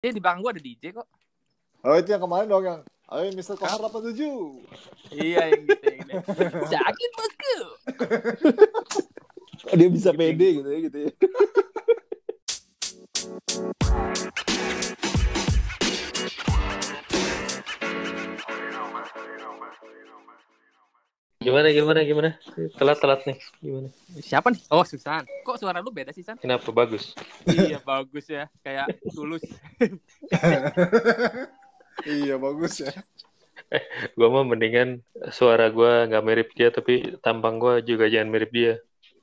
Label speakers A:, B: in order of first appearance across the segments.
A: Dia di belakang gue ada DJ kok.
B: Oh itu yang kemarin dong yang Ayo Mister Kohar 87
A: iya yang gitu yang gitu. Sakit bosku.
C: Dia bisa pede gitu ya gitu ya.
D: Gimana gimana gimana? Telat telat nih. Gimana?
A: Siapa nih? Oh Susan. Kok suara lu beda sih San?
D: Kenapa bagus?
A: iya bagus ya. Kayak tulus.
B: Iya bagus ya
D: Gua mah mendingan suara gua nggak mirip dia tapi tampang gua juga jangan mirip dia.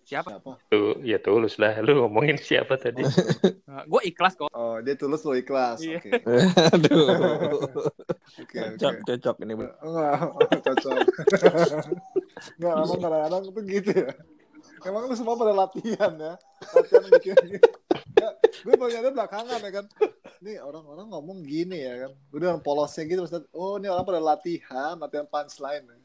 A: Siapa?
B: Siapa?
D: Tuh, ya tulus lah. Lu ngomongin siapa tadi?
A: gue Eh, ikhlas kok.
B: Oh dia tulus lo ikhlas
A: Iya.
B: Oke
C: Aduh.
B: oke
C: Cocok,
B: oke
C: cocok ini. bener.
B: Enggak cocok Enggak emang kadang-kadang tuh gitu ya Emang lu semua pada latihan ya Latihan bikin gitu Ya, gue banyaknya belakangan ya kan Nih orang-orang ngomong gini ya kan Gue dengan polosnya gitu maksudnya Oh ini orang pada latihan Latihan punchline ya.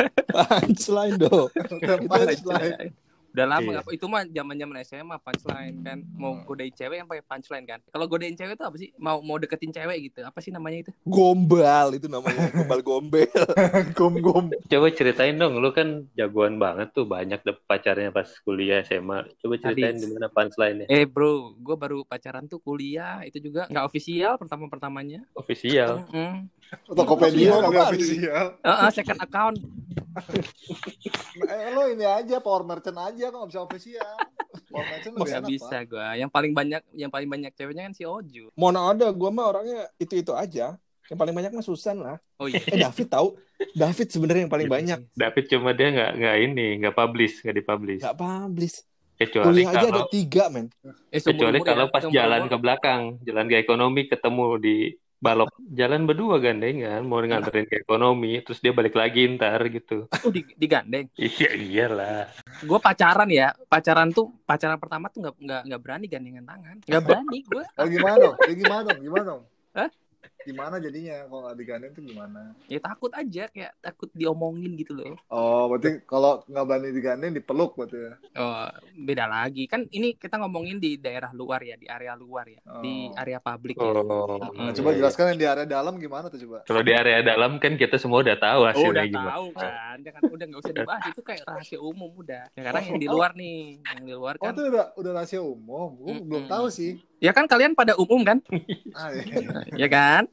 C: Punchline dong.
B: Latihan punchline
A: Udah lama
D: Iya.
A: nggak- itu mah zaman-zaman SMA punchline kan. Mau godain cewek yang pakai punchline kan. Kalau godain cewek itu apa sih? Mau mau deketin cewek gitu. Apa sih namanya itu?
C: Gombal itu namanya gombal gombel.
B: Gom-gom
D: Coba ceritain dong, lu kan jagoan banget tuh banyak deh pacarnya pas kuliah SMA. Coba ceritain
A: Habis.
D: gimana punchline-nya.
A: Eh bro, gue baru pacaran tuh kuliah itu juga nggak official pertama-pertamanya.
D: Official.
A: Mm.
B: Tokopedia kan kali
C: Iya, kembali.
B: official
A: Heeh, second account.
B: Eh, lo ini aja power merchant aja kok nggak bisa official. Power merchant lebih
A: Nggak
B: enak,
A: bisa
B: Pak.
A: gua. Yang paling banyak yang paling banyak ceweknya kan si Oju.
C: Mau ada gua mah orangnya itu-itu aja. Yang paling banyak mah Susan lah.
A: Oh iya.
C: Eh David tahu. David sebenarnya yang paling banyak.
D: David cuma dia nggak nggak ini, nggak publish, nggak
A: iya.
D: dipublish.
C: Gak publish.
D: Kecuali
C: Kuliah aja ada
D: kalau
C: tiga men.
A: Eh, seumur-umur
D: kecuali
A: ya,
D: kalau pas
A: seumur-umur.
D: jalan ke belakang, jalan ke ekonomi ketemu di balok. Jalan berdua gandengan, mau nganterin ke ekonomi, terus dia balik lagi ntar gitu.
A: Oh, di- digandeng.
D: Iya iyalah.
A: Gue pacaran ya, pacaran tuh pacaran pertama tuh nggak nggak nggak berani gandengan tangan, nggak berani gue.
B: Oh, gimana dong? Ya, gimana dong? Gimana dong?
A: Hah?
B: Gimana jadinya kalau nggak digandeng tuh gimana?
A: Ya takut aja, kayak takut diomongin gitu loh.
B: Oh, berarti kalau nggak berani digandeng dipeluk berarti ya.
A: Oh, beda lagi kan ini kita ngomongin di daerah luar ya, di area luar ya, di
B: Oh.
A: area publik. ya.
D: Oh,
A: Nah,
B: Nah, coba
D: iya.
B: jelaskan yang di area dalam gimana tuh coba.
D: Kalau di area dalam kan kita semua udah tahu
A: Oh,
D: hasilnya
A: udah
D: gimana.
A: tahu kan, jangan udah nggak usah dibahas itu kayak rahasia umum udah. Sekarang yang di luar nih, yang di luar
B: Oh,
A: kan.
B: itu udah udah rahasia umum. Gue
A: Mm-mm.
B: belum tahu sih.
A: Ya kan kalian pada umum kan,
B: Ah, iya.
A: ya kan?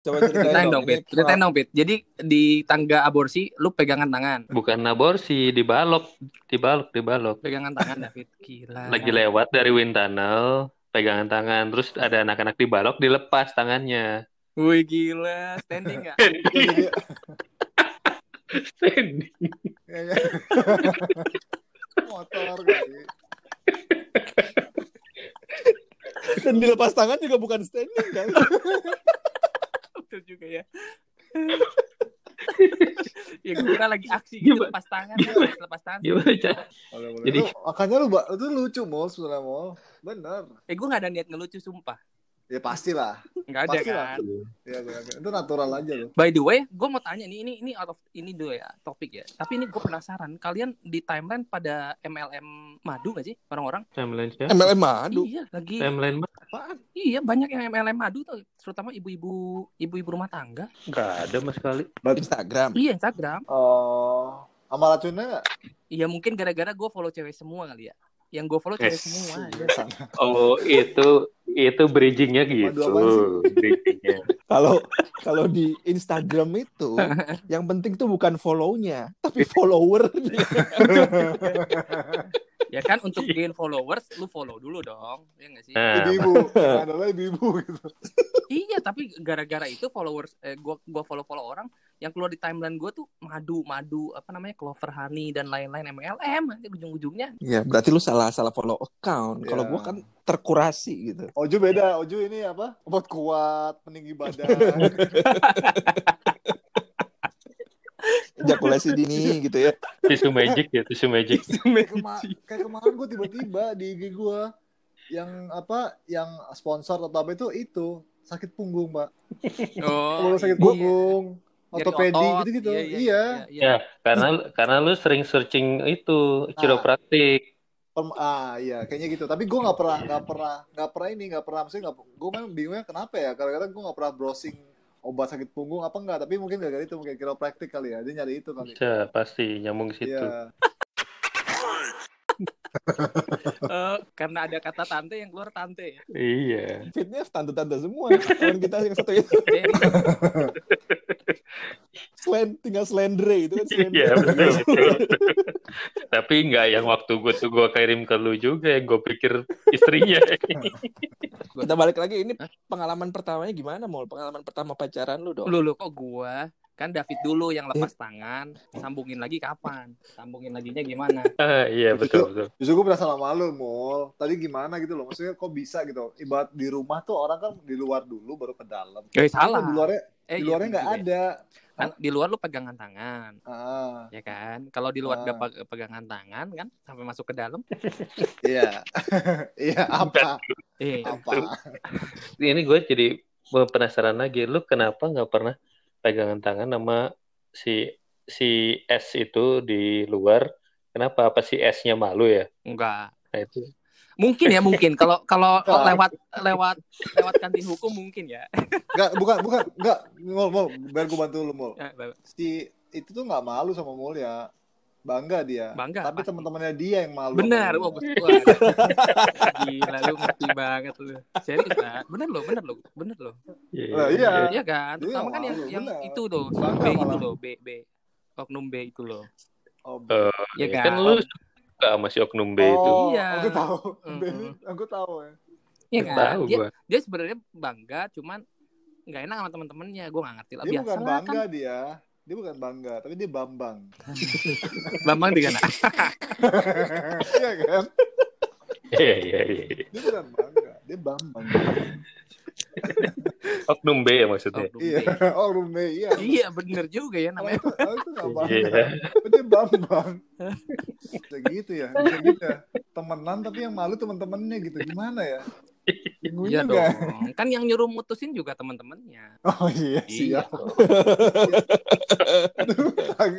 C: Coba
A: Ceritain
C: ceritain
A: dong,
C: Ini
A: Pit. Ceritain dong, Pit. Jadi di tangga aborsi, lu pegangan tangan.
D: Bukan aborsi, dibalok, dibalok, dibalok.
A: Pegangan tangan, David. Gila.
D: Lagi lewat dari wind tunnel, pegangan tangan, terus ada anak-anak dibalok, dilepas tangannya.
A: Wih, gila. Standing nggak?
B: Ya, ya. Motor kali.
C: pra- Dan dilepas tangan juga bukan standing kan.
A: Betul juga ya. ya gue kira lagi aksi gitu,
D: Gimana?
A: lepas tangan. kan? Lepas tangan.
D: Gimana cara?
B: Boleh, boleh.
D: Jadi-
B: Lu- makanya lu ba- itu lucu mol sebenarnya mol. Bener.
A: Eh, gue nggak ada niat ngelucu, sumpah.
B: Ya pastilah.
A: Nggak ada
B: Pasti lah.
A: kan.
B: Ya, gue yakin. itu natural aja loh.
A: By the way, gue mau tanya nih, ini ini out of ini dulu ya topik ya. Tapi ini gue penasaran, kalian di timeline pada MLM madu gak sih orang-orang?
D: Timeline siapa?
C: MLM madu.
A: Iya, lagi
D: Timeline mana?
C: Apaan?
A: iya banyak yang MLM madu tuh, terutama ibu-ibu ibu-ibu rumah tangga.
D: Nggak ada mas sekali.
C: Instagram.
A: Iya Instagram.
B: Oh, sama racunnya nggak?
A: Iya mungkin gara-gara gue follow cewek semua kali ya. Yang gue follow cewek
D: Yes.
A: semua.
B: Iya.
A: aja.
D: Oh itu itu bridgingnya gitu.
B: Waduh, apaan sih?
D: Bridgingnya.
C: Kalau kalau di Instagram itu yang penting tuh bukan follow-nya, tapi follower.
A: Ya kan untuk gain followers lu follow dulu dong. Iya gak sih?
D: Nah,
B: ibu-ibu, adalah ibu-ibu gitu.
A: Iya tapi gara-gara itu followers eh, gue gua follow-follow orang yang keluar di timeline gue tuh madu madu apa namanya clover honey dan lain-lain MLM nanti ujung-ujungnya
C: Ya, berarti lu salah salah follow account. Kalau
B: Iya.
C: gua kan terkurasi gitu.
B: Ojo beda, Ojo ini apa? Obat kuat, peninggi badan.
C: Ejakulasi dini gitu ya.
D: tisu magic ya, tisu magic.
B: kayak, kema- kayak kemarin gue tiba-tiba di IG gue yang apa? Yang sponsor atau apa itu itu sakit punggung, Pak. Kalau sakit punggung,
A: Nyeri
B: ortopedi
A: Iya, otot.
B: gitu-gitu. Iya.
A: iya, iya, iya.
D: Karena karena lu sering searching itu
B: Ah.
D: kiropraktik.
B: Pem- ah iya kayaknya gitu tapi gue nggak pernah nggak pernah nggak pernah ini nggak pernah maksudnya nggak gue memang bingungnya kenapa ya kadang-kadang gue nggak pernah browsing obat sakit punggung apa enggak tapi mungkin gara-gara itu mungkin kiropraktik kali ya dia nyari itu kali
D: Bisa, pasti nyambung ke situ.
B: Iya.
A: Eh, karena ada kata tante yang keluar tante ya.
D: Iya.
C: Fitnya tanda-tanda semua. Teman kita yang satu itu
A: Jadi,
C: slen, tinggal slendre itu kan slendre.
D: Iya, betul. betul. Tapi nggak yang waktu gue tuh gue kirim ke lu juga yang gue pikir istrinya.
C: Kita balik lagi ini pengalaman pertamanya gimana mau? Pengalaman pertama pacaran lu dong.
A: lu lu kok gua kan David dulu yang lepas tangan, sambungin lagi kapan? Sambungin laginya gimana?
D: Ah, iya, betul, betul.
B: Justru gue berasa sama lu, Mul. Tadi gimana gitu loh. Maksudnya kok bisa gitu. Ibarat di rumah tuh orang kan di luar dulu baru ke dalam.
A: Eh,
B: Kan
A: salah.
B: Di luarnya,
A: Eh,
B: di
A: iya,
B: luarnya nggak
A: juga ya.
B: ada.
A: Kan di luar lu pegangan tangan,
B: Ah,
A: ya kan? Kalau di luar ada
B: Ah.
A: pe- pegangan tangan kan sampai masuk ke dalam.
B: iya. Iya, apa?
A: Eh,
B: Apa?
D: Ini gue jadi penasaran lagi. Lu kenapa nggak pernah pegangan tangan sama si si S itu di luar? Kenapa? Apa si S-nya malu ya?
A: enggak.
D: Nah, itu.
A: Mungkin ya mungkin kalau kalau
B: Ah.
A: lewat lewat lewat kantin hukum mungkin ya.
B: Enggak, bukan, bukan. Enggak, Mul, Mul. Biar gue bantu lu, Mul.
A: Ya,
B: Si itu tuh nggak malu sama Mul ya. Bangga dia.
A: Bangga,
B: Tapi
A: pasti.
B: teman-temannya dia yang malu.
A: Benar, wah
B: sama dia.
A: bos gua. Gila lu ngerti banget lu. Serius lah. Bener lo, bener lo, bener lo.
B: Nah, iya.
A: Iya kan?
B: Iya,
A: Terutama kan yang
B: malu,
A: yang
B: bener.
A: itu loh,
B: Bangga
A: B itu
B: malah.
A: loh, B B. Oknum B itu loh.
B: Oh,
A: Iya
D: Iya
A: kan?
D: kan lu suka sama si Oknum B itu.
B: Oh,
A: Iya.
B: Aku tahu.
A: Mm-mm.
B: Baby, Aku tahu ya.
A: Iya kan?
D: Tahu
A: Dia,
D: gue.
A: dia sebenarnya bangga cuman nggak enak sama teman-temannya. Gua nggak ngerti lah.
B: Dia
A: Biasa
B: bukan
A: lah kan.
B: bangga dia. Dia bukan bangga, tapi dia bambang.
A: Bambang di sana.
B: Iya kan?
D: Iya, iya, iya. iya.
B: Dia bukan bangga, dia bambang.
D: Oknum B ya maksudnya.
A: Oknum B.
B: Iya, oh Rume, iya.
A: Iya bener juga ya namanya.
B: Itu, oh, itu gak bangga,
D: Iya.
B: tapi dia bambang. Bisa gitu ya, bisa gitu ya. Temenan tapi yang malu temen-temennya gitu, gimana ya? Bingung
A: Iya
B: juga.
A: dong. Kan yang nyuruh mutusin juga teman-temannya.
B: Oh iya,
A: Iya.
B: siap. Aduh,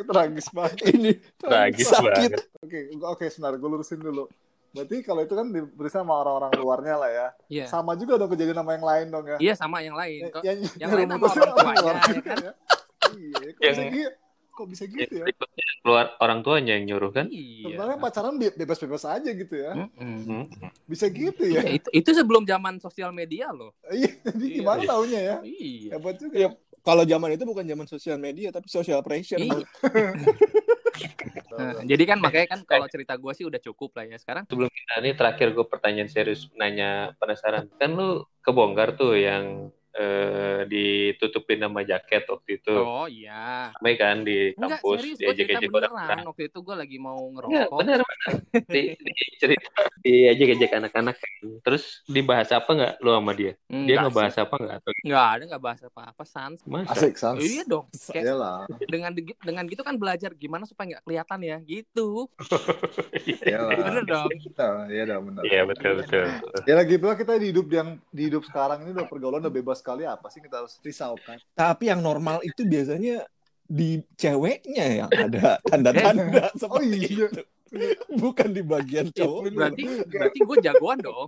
B: tragis banget.
C: Ini
D: Tragis
C: sakit.
D: banget.
B: Oke, oke, sebentar, gue lurusin dulu. Berarti kalau itu kan diberi sama orang-orang luarnya lah ya.
A: Iya.
B: Sama juga dong kejadian sama yang lain dong ya.
A: Iya sama yang lain. Kok-
B: yang,
A: yang lain sama
B: mutusin
A: orang
B: sama
A: tuanya,
B: orang
A: ya kan?
B: tuanya. Iya, kok bisa
D: Yang-
B: gitu? Kok bisa gitu ya?
D: Berikutnya keluar orang tuanya yang nyuruh kan?
A: Iya.
B: Sebenarnya pacaran be- bebas-bebas aja gitu ya.
A: Mm-mm.
D: Hmm.
B: Bisa gitu ya.
A: Ya, itu, itu sebelum zaman sosial media loh.
B: Iya, jadi
A: Iya.
B: gimana taunya ya?
A: Iya.
B: Hebat juga.
C: Iya. Kalau zaman itu bukan zaman sosial media tapi social pressure.
A: Iya. Nah,
B: Iya.
A: jadi kan makanya
D: Eh.
A: kan kalau cerita gue sih udah cukup lah ya sekarang.
D: Sebelum kita Nah, ini terakhir gue pertanyaan serius nanya penasaran. Kan lu kebongkar tuh yang eh, ditutupin sama jaket waktu itu.
A: Oh iya.
D: Rame kan di
A: Enggak
D: kampus
A: serius gue cerita
D: diajak-ajak orang.
A: beneran. Oh. Waktu itu gue lagi mau
D: Enggak,
A: ngerokok.
D: Iya, bener bener. Di, di cerita diajak-ajak anak-anak kan. Terus dibahas apa nggak lu sama dia? Dia
A: Enggak
D: ngebahas
A: sih.
D: apa nggak? Atau
A: Enggak ada Hmm. nggak bahas apa-apa sans.
D: masa?
B: Asik, Sans.
A: Oh, iya dong. Kayak
B: Iyalah,
A: dengan degi- dengan gitu kan belajar gimana supaya nggak kelihatan ya gitu.
B: iyalah.
A: Bener dong.
B: Iya, iya dong, bener.
D: Iya betul betul.
B: Ya lagi pula kita di hidup yang di hidup sekarang ini udah pergaulan udah bebas sekali apa sih kita harus risaukan?
C: Tapi yang normal itu biasanya di ceweknya yang ada tanda-tanda
B: Oh
C: seperti
B: iya.
C: bukan di bagian cowok.
A: Ya, Berarti berarti gue jagoan dong.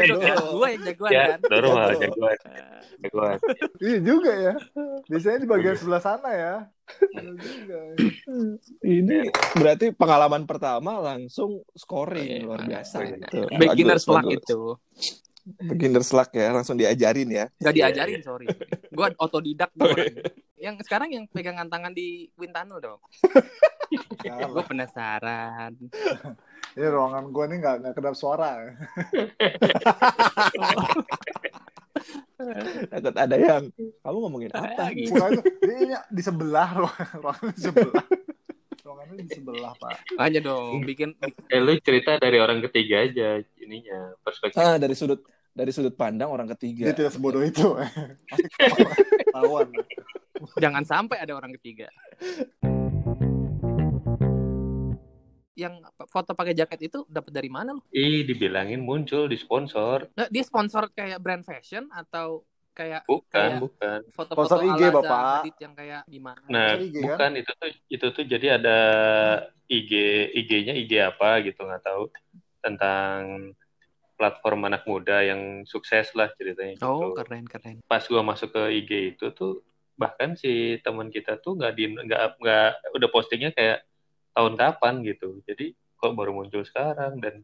B: Iya,
A: Jagoan kan?
C: doang.
A: Gue yang jagoan
D: Ya
A: kan.
D: normal jagoan jagoan.
B: Iya juga ya. Biasanya di bagian sebelah sana ya. Bener juga. ya.
C: Ini berarti pengalaman pertama langsung
A: Oke,
C: scoring luar biasa
D: oke.
C: gitu.
A: Beginner
C: Bagus,
A: luck
C: bagus.
A: itu.
C: Beginner luck ya, langsung diajarin ya.
A: Gak
D: Iya,
A: diajarin, sorry. Gue otodidak tuh orang. Yang sekarang yang pegangan tangan di Quintano dong.
B: Nah,
A: Gue penasaran.
B: Ini Iya, ruangan gua nih nggak nggak kedap suara. ya.
C: Takut ada yang kamu ngomongin apa?
A: Gitu.
B: Bukan itu, dia ini di sebelah ruangan, ruangan di sebelah. Ruangannya di sebelah pak.
A: Makanya dong bikin
D: Eh, lu cerita dari orang ketiga aja ininya
B: Eh.
D: perspektif.
C: Ah, dari sudut dari sudut pandang orang
B: Dia
C: ketiga.
B: tidak sebodoh itu. Pasti Iya. ketahuan.
A: jangan sampai ada orang ketiga. Yang foto pakai jaket itu dapat dari mana lu?
D: Ih dibilangin muncul di sponsor.
A: Nah, dia sponsor kayak brand fashion atau kayak
B: Iya.
D: Bukan,
A: Kayak-
D: bukan.
A: foto-foto
B: Sponsor IG,
A: ala Zaha
B: Bapak.
A: Hadid yang kayak gimana?
D: Nah,
B: IG, kan?
D: bukan itu tuh itu tuh jadi ada IG IG-nya IG apa gitu nggak tahu tentang platform anak muda yang sukses lah ceritanya gitu.
A: Oh, keren keren.
D: Pas gua masuk ke IG itu tuh bahkan si teman kita tuh nggak di nggak nggak udah postingnya kayak tahun kapan gitu. Jadi kok baru muncul sekarang dan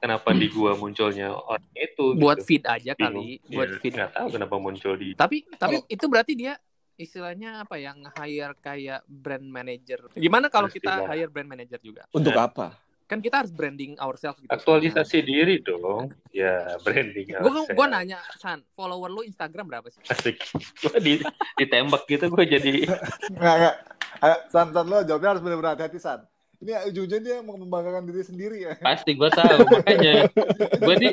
D: kenapa di gua munculnya orang itu
A: Buat
D: gitu.
A: feed aja kali,
D: Bingung.
A: buat
D: Ya,
A: feed.
D: nggak tahu kenapa Oh. muncul di
A: Tapi tapi itu berarti dia istilahnya apa ya nge-hire kayak brand manager.
D: Iya,
A: Gimana kalau kita
D: Pastilah.
A: hire brand manager juga?
C: Untuk apa?
A: Kan kita harus branding ourselves gitu.
D: aktualisasi diri dong ya branding
A: Gue gue
D: ourselves.
A: kan, nanya San, follower lu Instagram berapa sih?
D: Asik. Gue di, ditembak gitu gue jadi
B: Nggak, nggak. Ayo, San, San, lo jawabnya harus benar-benar hati-hati, San. Ini ujungnya dia mau membanggakan diri sendiri ya.
D: pasti gue tahu makanya gue di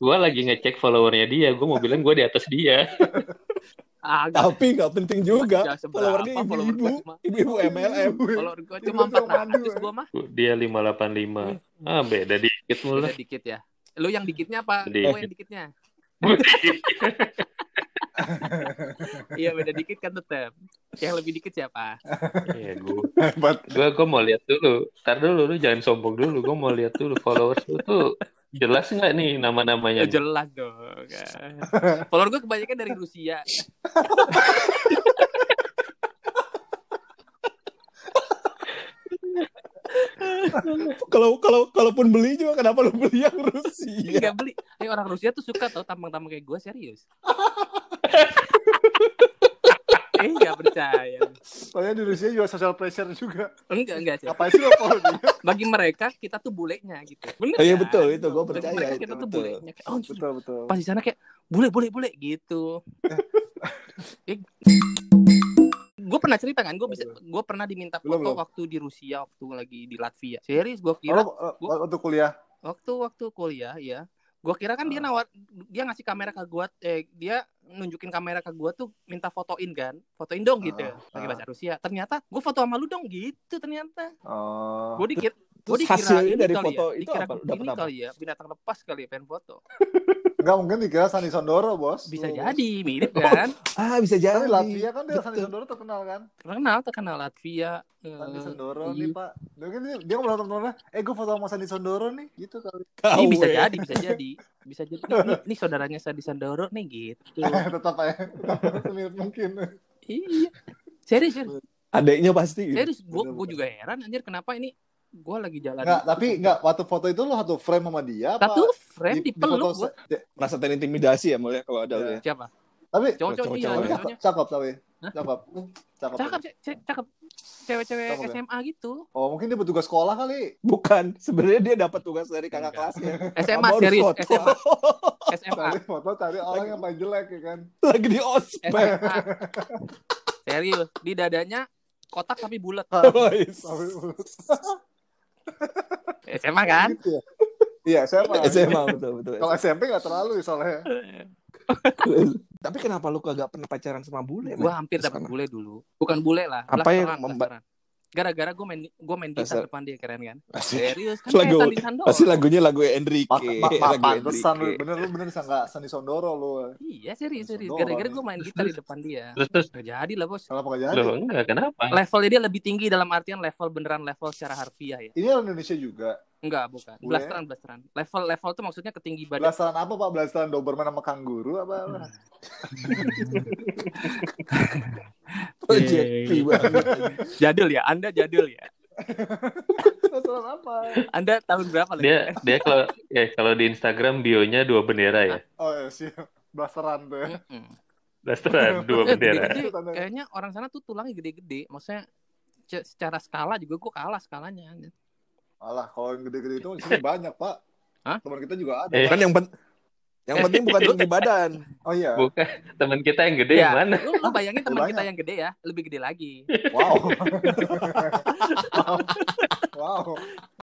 D: gue lagi ngecek followernya dia gue mau bilang gue di atas dia
A: Ah, gua
C: Tapi nggak penting juga.
A: udah seberapa follower
C: Followernya
A: Oh,
C: ibu-ibu,
A: gua cuma-
C: ibu-ibu
B: Uh, Iya,
C: MLM.
A: Follower gue cuma
B: Ibu-ibu cuma
A: 400
B: dua.
A: gue mah.
D: dia 585 ah beda dikit mulu
A: Udah dikit ya. Lu yang dikitnya apa?
D: Sedikit.
A: Gue yang dikitnya. Iya beda dikit kan tetap. Yang lebih dikit siapa?
D: ya gue
B: Hebat.
D: gue mau lihat dulu ntar dulu lu jangan sombong dulu gue mau lihat dulu followers lu tuh jelas nggak nih nama namanya
A: Oh, jelas dong. kan. Follower gue kebanyakan dari Rusia.
C: Kalau kalau kalaupun beli juga kenapa lu beli yang Rusia?
A: Enggak beli. Eh, orang Rusia tuh suka tau tampang-tampang kayak gue serius. eh nggak percaya.
B: Soalnya di Rusia juga social pressure juga.
A: Enggak enggak sih.
B: Apa sih lo follow dia?
A: Bagi mereka kita tuh bulenya gitu. Bener.
C: Iya
A: kan?
C: betul itu gue
A: Bagi
C: percaya
A: mereka
C: itu
A: kita tuh
C: betul.
A: bulenya. Kayak, Oh,
B: Betul, betul.
A: pas di sana kayak bule bule bule gitu gue pernah cerita kan gue bisa gue pernah diminta foto
B: Belum, belum.
A: waktu di Rusia waktu lagi di Latvia serius gue
B: Kalau
A: kira
B: eh, untuk kuliah,
A: waktu waktu kuliah ya gue kira kan
C: Ah.
A: dia nawar dia ngasih kamera ke gue eh dia nunjukin kamera ke gue tuh minta fotoin kan fotoin dong gitu
B: Ah,
A: pakai
B: ah.
A: bahasa Rusia ternyata gue foto sama lu dong gitu ternyata
B: oh,
A: gue dikit gue
C: Ah. Terus
A: dikira
C: hasilnya
A: ini
C: dari
A: kali
C: foto
A: ya,
C: itu
A: dikira
C: apa?
A: gua
C: Udah
A: ini
C: apa?
A: kali ya binatang lepas kali ya pengen foto
B: nggak mungkin dikira Sandi Sondoro bos.
A: bisa
C: Oh.
B: Lu-
A: jadi mirip kan
C: Ah bisa jadi.
B: Tapi Iya, Latvia kan dia Sandi
C: Betul.
B: Sondoro terkenal kan.
A: terkenal terkenal Latvia eh,
B: Sandi Sondoro
A: iya.
B: nih pak. Mungkin dia, dia ngobrol sama temennya, eh gue foto sama Sandi Sondoro nih, gitu kali.
A: ini bisa
B: ya.
C: Kawe.
A: jadi bisa jadi bisa jadi ini, ini saudaranya Sandi Sandoro nih gitu
B: Tetap aja, tetap mirip mungkin.
A: iya serius serius
C: Adeknya pasti. gitu.
A: serius gue
B: Iya, Bener,
A: gue juga heran anjir kenapa ini gue lagi jalan
B: Nggak, tapi nggak waktu foto itu lo satu frame sama dia apa?
A: satu frame di, peluk
B: foto
A: gue
B: se- di-
C: Merasa terintimidasi ya mulia kalau ada lu ya.
A: siapa
B: Tapi
A: cowok-cowok iya
C: Cowok-cowok.
A: cowoknya
B: cakep, cakep, tapi
A: Hah?
B: cakep, cakep.
A: cakep ce- cakep cewek-cewek
B: Cakep ya?
A: SMA gitu
B: Oh mungkin dia petugas sekolah kali.
C: Bukan, sebenarnya dia dapat tugas dari kakak
A: Enggak.
C: kelasnya.
A: SMA
C: Kamu harus
A: serius
C: foto.
A: SMA SMA
B: Cari foto cari orang yang paling jelek ya kan.
C: Lagi di ospek.
B: Eh,
A: SMA serius di dadanya kotak tapi bulat
C: guys.
B: Tapi
A: SMA kan
B: gitu ya. Iya SMA.
C: SMA Eh, betul betul.
B: Kalau SMP nggak terlalu soalnya.
C: Tapi kenapa lu kagak pernah pacaran sama bule?
A: gue
C: men?
A: hampir
C: Terus
A: dapat
C: kenapa?
A: bule dulu bukan bule lah
C: Apa
A: blasteran,
C: yang memba-
A: blasteran. gara-gara gue main gue main gitar
C: Blaster.
A: depan dia keren kan
C: Asik.
A: serius kan
C: Lagu-
A: kayak Sandi Sandoro
C: Eh, Pasti lagunya lagu Enrique.
B: Mak Eh, mak mak
C: lagu
B: pantesan lu
C: Enrique.
B: bener lu bener sang nggak Sandi Sondoro lu.
A: iya serius serius
B: Sandoro,
A: gara-gara
B: ya.
A: gue main gitar di depan dia
D: terus terus
A: gak jadi lah bos
B: Kenapa nggak jadi?
D: lo enggak kenapa
A: levelnya dia lebih tinggi dalam artian level beneran level secara harfiah ya
B: Ini orang Indonesia juga.
A: enggak bukan
B: Bule.
A: blasteran blasteran level level tuh maksudnya ketinggi badan
B: Belasan apa pak? Belasan Doberman sama kanguru apa?
C: Iya, Project banget.
A: jadul ya anda jadul ya
B: Belasan apa?
A: anda tahun berapa lah
D: dia dia kalau ya kalau di Instagram bionya dua bendera ya
B: Oh ya sih. Belasan tuh. ya.
A: Mm-mm.
D: Blasteran dua
A: Eh,
D: bendera
A: gede-gede. kayaknya orang sana tuh tulangnya gede-gede maksudnya ce- secara skala juga gue kalah skalanya
B: Alah kalau yang gede-gede itu di sini banyak pak.
A: Hah?
B: Teman kita juga ada.
D: Eh.
C: Kan yang penting yang penting bukan tinggi badan.
B: Oh iya.
D: Bukan, teman kita yang
A: Iya.
D: gede yang mana?
A: Ya, Lu, lu bayangin teman
B: Banyak.
A: kita yang gede ya, lebih gede lagi.
B: Wow. wow. Wow.